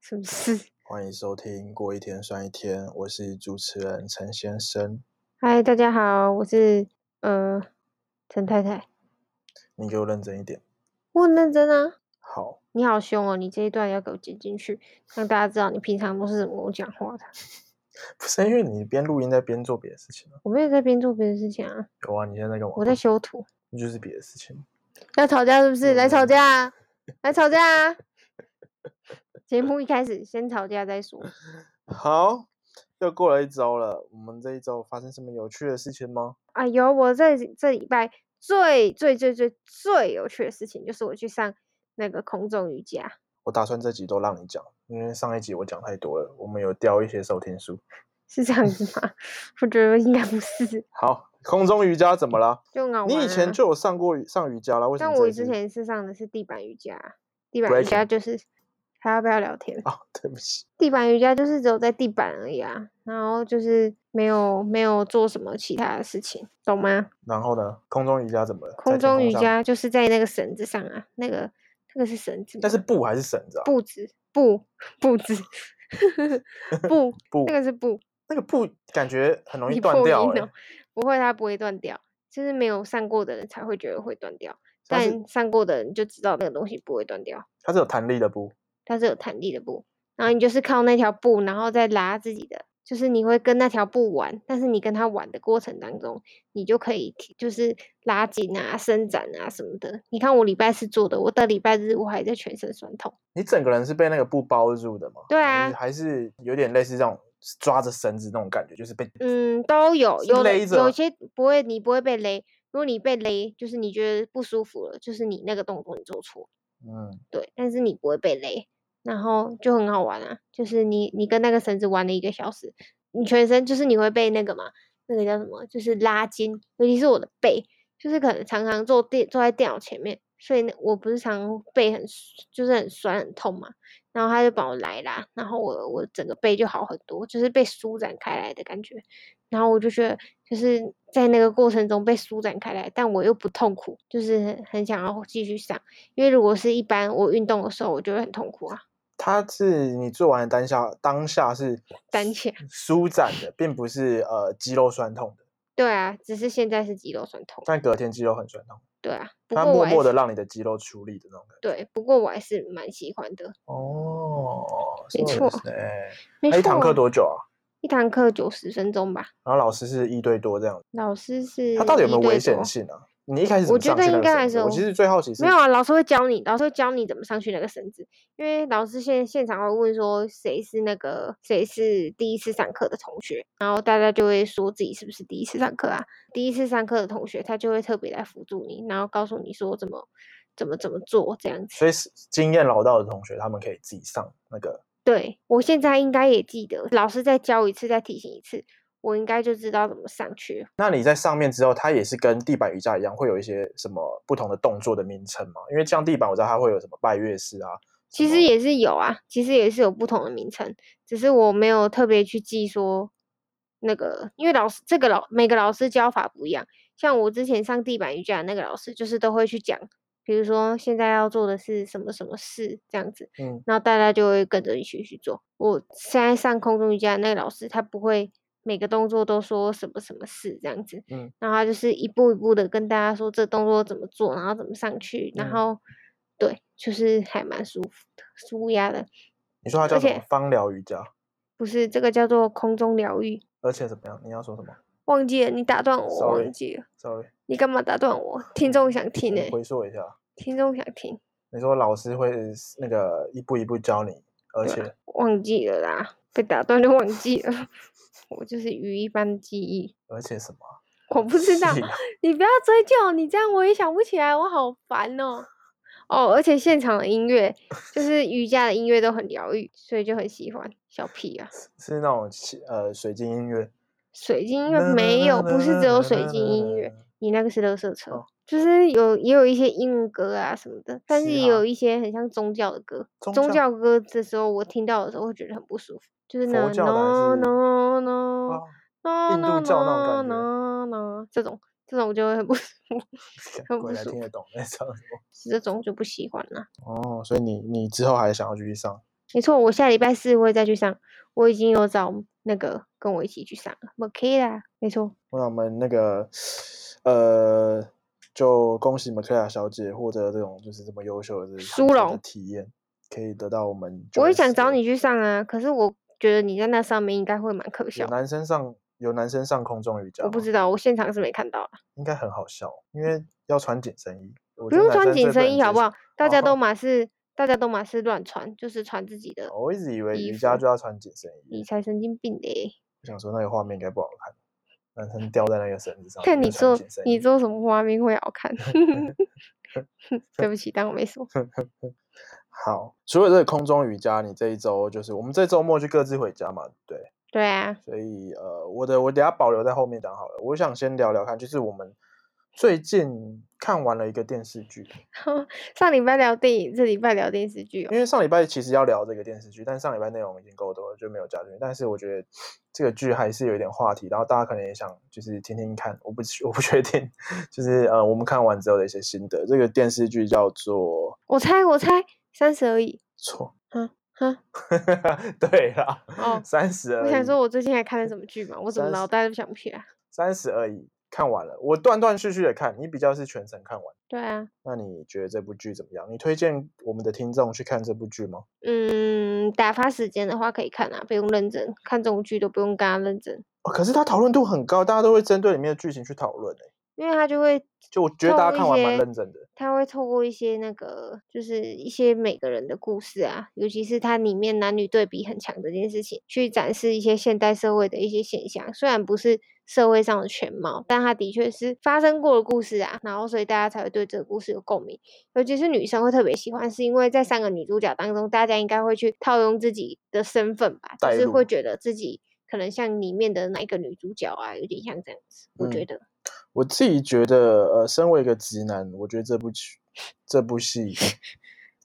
是不是？ 欢迎收听《过一天算一天》，我是主持人陈先生。 嗨，大家好，我是呃陈太太。你给我认真一点。我很认真啊！好，你好凶哦，你这一段要给我剪进去，让大家知道你平常都是怎么跟我讲话的。不是因为你边录音在边做别的事情啊？我没有在边做别的事情啊，有啊，你现在在干嘛？我在修图。那就是别的事情。要吵架是不是？来吵嗯架啊，来吵架啊！ 节目一开始先吵架再说。好，又过了一周了，我们这一周发生什么有趣的事情吗？啊，有我这这礼拜最最最最最有趣的事情，就是我去上那个空中瑜伽。我打算这集都让你讲，因为上一集我讲太多了，我们有掉一些收听数。是这样子吗？ 我觉得应该不是，好，空中瑜伽怎么了？就很好你以玩前啊就有上过瑜上瑜伽了，为什但么我这一之次前是上的是地板瑜伽，啊地板瑜伽 Breaking 就是还要不要聊天？啊？对不起，地板瑜伽就是只有在地板而已啊，然后就是没有没有做什么其他的事情，懂吗？然后呢？空中瑜伽怎么了？在空天中瑜上，伽就是在那个绳子上啊，那个那个是绳子吗，但是布还是绳子啊？布子布布 子布布那个是布，那个布感觉很容易你断破掉、音欸哦，不会它不会断掉，就是没有上过的人才会觉得会断掉，它是但上过的人就知道那个东西不会断掉。它是有弹力的布，它是有弹力的布，然后你就是靠那条布，然后再拉自己的，就是你会跟那条布玩，但是你跟它玩的过程当中，你就可以提就是拉紧啊、伸展啊什么的。你看我礼拜四做的，我到礼拜日我还在全身酸痛。你整个人是被那个布包住的嘛？对还啊是还是有点类似这种抓着绳子那种感觉，就是被嗯，都有，是有的勒着哦有吗些不会，你不会被勒。如果你被勒，就是你觉得不舒服了，就是你那个动作你做错，嗯，对，但是你不会被勒，然后就很好玩啊，就是你你跟那个绳子玩了一个小时，你全身就是你会被那个嘛，那个叫什么，就是拉筋，尤其是我的背，就是可能常常坐电坐在电脑前面，所以呢，我不是常背很就是很酸很痛嘛，然后他就帮我来啦，然后我我整个背就好很多，就是被舒展开来的感觉，然后我就觉得就是在那个过程中被舒展开来，但我又不痛苦，就是很很想要继续上。因为如果是一般我运动的时候，我就会很痛苦啊。它是你做完的当下当下是当下舒展的，并不是呃肌肉酸痛的，对啊，只是现在是肌肉酸痛。但隔天肌肉很酸痛，对啊，不它过我默还默的是让你的肌肉出力的那种感觉。对，不过我还是蛮喜欢的。哦，そ没うです错ね没那一堂课错多久啊？一堂课九十分钟吧。然后老师是一对多这样，老师是它到底有没有一对危险多性啊？你一开始怎我么觉上得去那应个该绳还子是我有其实最好奇是没有啊，老师会教你，老师会教你怎么上去那个绳子，因为老师现现场会问说谁是那个谁是第一次上课的同学，然后大家就会说自己是不是第一次上课啊？第一次上课的同学他就会特别来辅助你，然后告诉你说怎么怎么怎么做这样子。所以是经验老道的同学，他们可以自己上那个。对我现在应该也记得，老师再教一次，再提醒一次，我应该就知道怎么上去了。那你在上面之后，它也是跟地板瑜伽一样，会有一些什么不同的动作的名称吗？因为像地板，我知道它会有什么拜月式啊，其实也是有啊，其实也是有不同的名称，只是我没有特别去记说那个，因为老师这个老每个老师教法不一样。像我之前上地板瑜伽的那个老师，就是都会去讲，比如说现在要做的是什么什么事这样子，嗯，然后大家就会跟着一起去做。我现在上空中瑜伽的那个老师，他不会每个动作都说什么什么事这样子，嗯，然后他就是一步一步的跟大家说这动作怎么做，然后怎么上去，嗯然后对，就是还蛮舒服的，舒压的，你说它叫什而么且？芳疗瑜伽，不是这个叫做空中疗愈。而且怎么样？你要说什么忘记了，你打断我，我 Sorry 忘记了， ？Sorry，你干嘛打断我？听众想听你呢、回溯一下，听众想听，你说老师会那个一步一步教你，而对啊且忘记了啦，被打断就忘记了， 我就是鱼一般的记忆，而且什么啊？我不知道是。啊你不要追究，你这样我也想不起来，我好烦哦。哦，而且现场的音乐就是瑜伽的音乐都很疗愈，所以就很喜欢。小屁啊，是那种气呃水晶音乐，水晶音乐没有，不是只有水晶音乐，。你那个是乐色车，哦就是有也有一些英文歌啊什么的，但嘻是也哈有一些很像宗教的歌。宗宗教教歌的时候，我听到的时候会觉得很不舒服，就是佛呢教的还 no 是 no 啊 no no 印度教那种感觉 no no no 这种，这种就会很不舒服， 很不鬼才舒听服，得懂那种。这种就不喜欢啦。哦，所以你你之后还想要继续上？没错，我下礼拜四会再去上，我已经有找那个跟我一起去上了 m a k i a 没错，那我们那个呃，就恭喜 m a k a 小姐获得这种就是这么优秀的这殊这个荣体验，可以得到我们。我也想找你，去上啊，可是我觉得你在那上面应该会蛮可有笑的，男生上有男生上空中瑜伽吗，我不知道，我现场是没看到啊，应该很好笑，因为要穿紧身衣。我不觉得用男穿生紧最身衣能接好不受好？？大家哦都嘛是大家都嘛是乱穿，就是穿自己的，我一直以为衣瑜伽服嗯就要穿紧身衣你，才神经病嘞！我想说那个画面应该不好看，男生吊在那个绳子上。看就你哦穿做紧身你衣做什么画面会 好看？ 对不起，当我没说。好，除了这个空中瑜伽，你这一周就是我们这周末就各自回家嘛，对。对啊，所以呃，我的我等下保留在后面讲好了。我想先聊聊看，就是我们最近看完了一个电视剧，上礼拜聊电影，这礼拜聊电视剧哦因。为上礼拜其实要聊这个电视剧，但上礼拜内容已经够多了，就没有加进去。但是我觉得这个剧还是有一点话题，然后大家可能也想就是听听看，我不我不确定，就是呃我们看完之后的一些心得。这个电视剧叫做我猜，我猜三十 而已。错，哼哼， 对啦，哦三十而已。我想说，我最近还看了什么剧嘛？我怎么30脑袋都想不起来？三十而已，看完了，我断断续续的看，你比较是全程看完。对啊，那你觉得这部剧怎么样？你推荐我们的听众去看这部剧吗？嗯，打发时间的话可以看啊，不用认真看这种剧都不用跟他认真，哦、可是它讨论度很高，大家都会针对里面的剧情去讨论、欸。因为他就会就我觉得大家透看过完一蛮些认真的。他会透过一些那个，就是一些每个人的故事啊，尤其是它里面男女对比很强的这件事情，去展示一些现代社会的一些现象。虽然不是社会上的全貌，但它的确是发生过的故事啊，然后所以大家才会对这个故事有共鸣。尤其是女生会特别喜欢，是因为在三个女主角当中，大家应该会去套用自己的身份吧，就代是会入觉得自己可能像里面的哪一个女主角啊，有点像这样子。我觉嗯得，我自己觉得，呃，身为一个直男，我觉得这部剧这部戏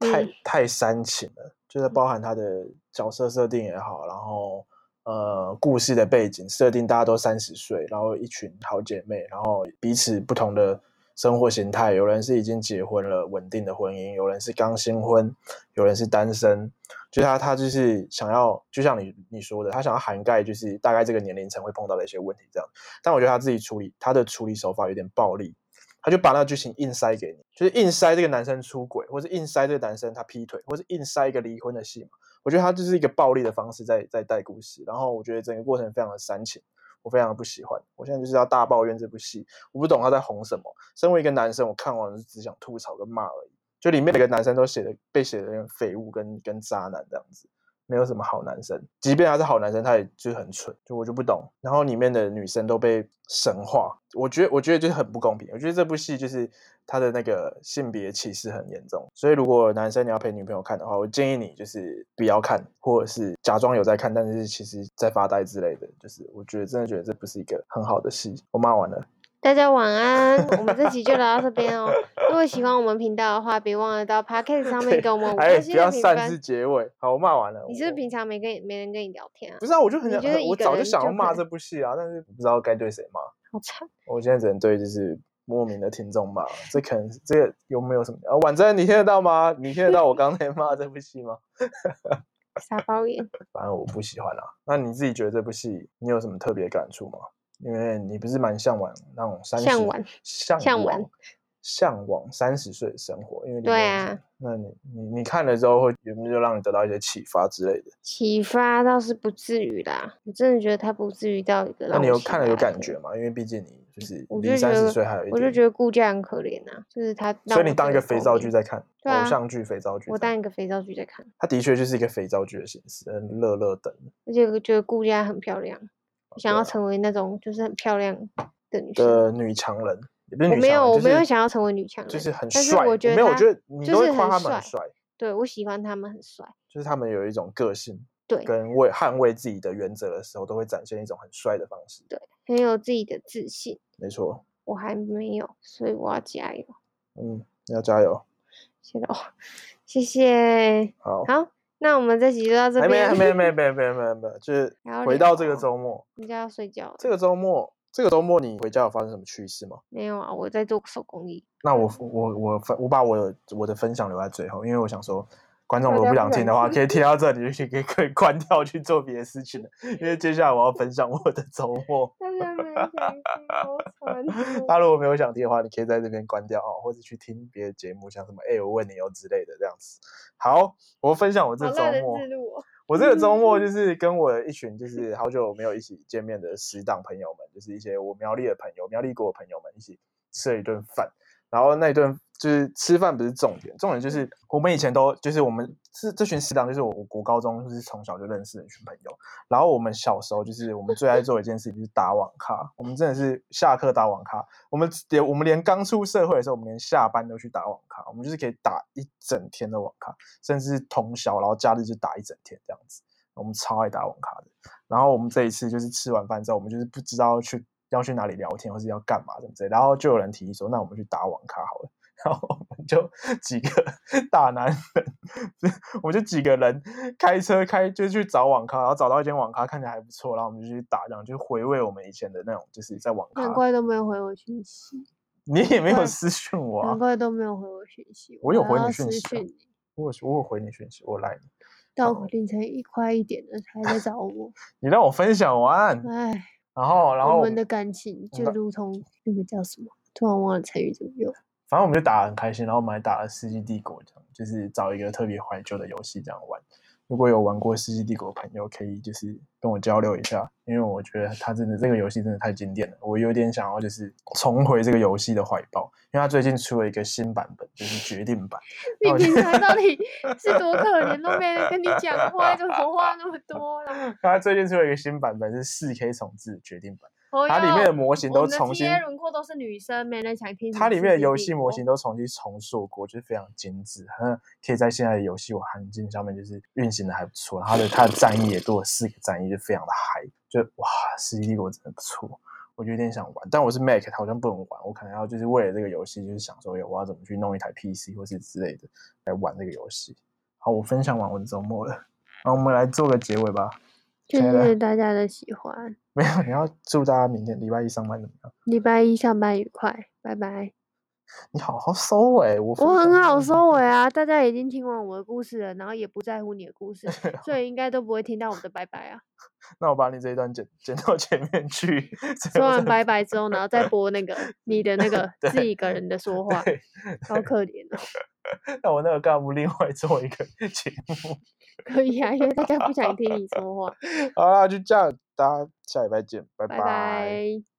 太、嗯太煽情了，就是包含它的角色设定也好，然后呃故事的背景设定，大家都三十岁，然后一群好姐妹，然后彼此不同的生活形态，有人是已经结婚了，稳定的婚姻，有人是刚新婚，有人是单身，就他他就是想要，就像你你说的，他想要涵盖就是大概这个年龄层会碰到的一些问题这样。但我觉得他自己处理他的处理手法有点暴力，他就把那个剧情硬塞给你，就是硬塞这个男生出轨，或是硬塞这个男生他劈腿，或是硬塞一个离婚的戏嘛。我觉得他就是一个暴力的方式在在带故事，然后我觉得整个过程非常的煽情，我非常的不喜欢。我现在就是要大抱怨这部戏，我不懂他在红什么。身为一个男生，我看完了就只想吐槽跟骂而已。就里面每个男生都写的被写的跟废物跟跟渣男这样子。没有什么好男生，即便他是好男生，他也就是很蠢，就我就不懂。然后里面的女生都被神化，我觉得我觉得就是很不公平。我觉得这部戏就是他的那个性别歧视很严重，所以如果男生你要陪女朋友看的话，我建议你就是不要看，或者是假装有在看，但是其实在发呆之类的。就是我觉得真的觉得这不是一个很好的戏。我骂完了，大家晚安，我们这期就聊到这边哦。如果喜欢我们频道的话，别忘了到 Podcast 上面给我们五哎，颗不星的要评擅自分。结尾。好，我骂完了。你是不是我平常没跟没人跟你聊天啊 不？是啊？我就很你想，就是一我个早就人想要就可骂以这部戏啊，但是不知道该对谁骂。好惨，我现在只能对就是莫名的听众骂，这可能这个有没有什么？啊，婉珍，你听得到吗？你听得到我刚才骂这部戏吗？ 傻包眼。反正我不喜欢啦、那你自己觉得这部戏你有什么特别感触吗？因为你不是蛮向往那种三十向往向向往往向往三十岁的生活，因为里对面有什么啊，那你你你看了之后会有没有让你得到一些启发之类的？启发倒是不至于啦，我真的觉得他不至于到一个那让你我有起看了有来的感觉吗？因为毕竟你就是啊我离就觉三十得岁还有一点，我就觉得顾家很可怜呐、就是他让我真的所后面。以你当一个肥皂剧在看，对啊偶像剧肥皂剧在看，我当一个肥皂剧在看，它的确就是一个肥皂剧的形式，嗯，乐乐等。而且我觉得顾家很漂亮，我想对要啊成为那种就是很漂亮的女生。的女强人，也不是我女没强人有，我就是没有想要成为女强人，就是很但是帅。我觉得没有，我他觉得你就都会是夸很他们很帅帅，对我喜欢他们很帅，就是他们有一种个性，对，跟为捍卫自己的原则的时候，都会展现一种很帅的方式。很有自己的自信。没错，我还没有，所以我要加油。嗯，要加油。谢谢哦，谢谢。好，好，那我们这集就到这还没， 边。还没，没，没，没，没，没，就是还要回到聊这个哦周末，人家要睡觉了。这个周末这个周末你回家有发生什么趣事吗？没有啊，我在做手工艺。那我我我分我把我的我的分享留在最后，因为我想说，观众如果不想听的话，大家不想听可 以听到这里就可以可以关掉去做别的事情了。因为接下来我要分享我的周末，但是没想听，好 哦惨大家如果没有想听的话，你可以在这边关掉哦，或者去听别的节目，像什么“哎、我问你哦”之类的这样子。好，我分享我这周末。录哦。我这个周末就是跟我一群就是好久没有一起见面的死党朋友们，就是一些我苗栗的朋友、苗栗国的朋友们一起吃了一顿饭。然后那一顿就是吃饭不是重点，重点就是我们以前都就是我们这这群死党，就是我我国高中就是从小就认识的一群朋友。然后我们小时候就是我们最爱做的一件事情就是打网咖，我们真的是下课打网咖，我们连我们连刚出社会的时候，我们连下班都去打网咖，我们就是可以打一整天的网咖。甚至是通宵，然后假日就打一整天这样子。我们超爱打网咖的。然后我们这一次就是吃完饭之后，我们就是不知道去要去哪里聊天，或是要干嘛什么之类的。然后就有人提议说，那我们去打网咖好了。 然后我们就几个大男人，我们就几个人开车开就去找网咖，然后找到一间网咖看起来还不错，然后我们就去打，这样就回味我们以前的那种，就是在网 难咖。怪都没有回我讯息，你也没有怪私讯我啊难，怪都没有回嗯我讯息。我有还回你要讯私息啊讯你我有我有回你讯息，我来，到凌晨一快一点了还在 找我，你让我分享完。哎，然后，然后我我们们的感情就那如同那个叫什么，突然忘了成语怎么用。反正我们就打得很开心，然后我们还打了《世纪帝国》这样，就是找一个特别怀旧的游戏这样玩。如果有玩过《世纪帝国》的朋友，可以就是跟我交流一下，因为我觉得它真的这个游戏真的太经典了，我有点想要就是重回这个游戏的怀抱，因为它最近出了一个新版本，就是决定版。 你那我就平常到底是多可怜，都没人跟你讲 话，怎么话那么多啦？它最近出了一个新版本是四 K 重置决定版，哦它里面哟的模型我都们的重新 TA 轮廓都是女生，没人想听什么它里面的游 CCD 戏模哦型都重新重塑过，就是非常精致，它可以在现在的游戏我环境上面就是运行的还不错。它的它的战役也多了四个战役，就非常的嗨，就哇，《世纪帝国》真的不错，我就有点想玩，但我是 Mac，它好像不能玩，我可能要就是为了这个游戏，就是想说，哎我要怎么去弄一台 PC 或是之类的来玩这个游戏。好，我分享完我的周末了，然后我们来做个结尾吧。 就谁来是大家的喜欢。没有，你要祝大家明天礼拜一上班怎么样？礼拜一上班愉快，拜拜。你好好收尾，我分我很享好完收尾啊，大家已经听完我的故事了，然后也不在乎你的故事，所以应该都不会听到我的拜拜啊。那我把你这一段剪剪到前面去，最说后完再拜拜之后，然后再播 那个你的那个自己一个人的说话，对，好可怜哦。那我那个干部另外做一个 节目。可以啊，因为 大家不想听你说话。好啦，就这样，大家下礼拜见，拜拜拜。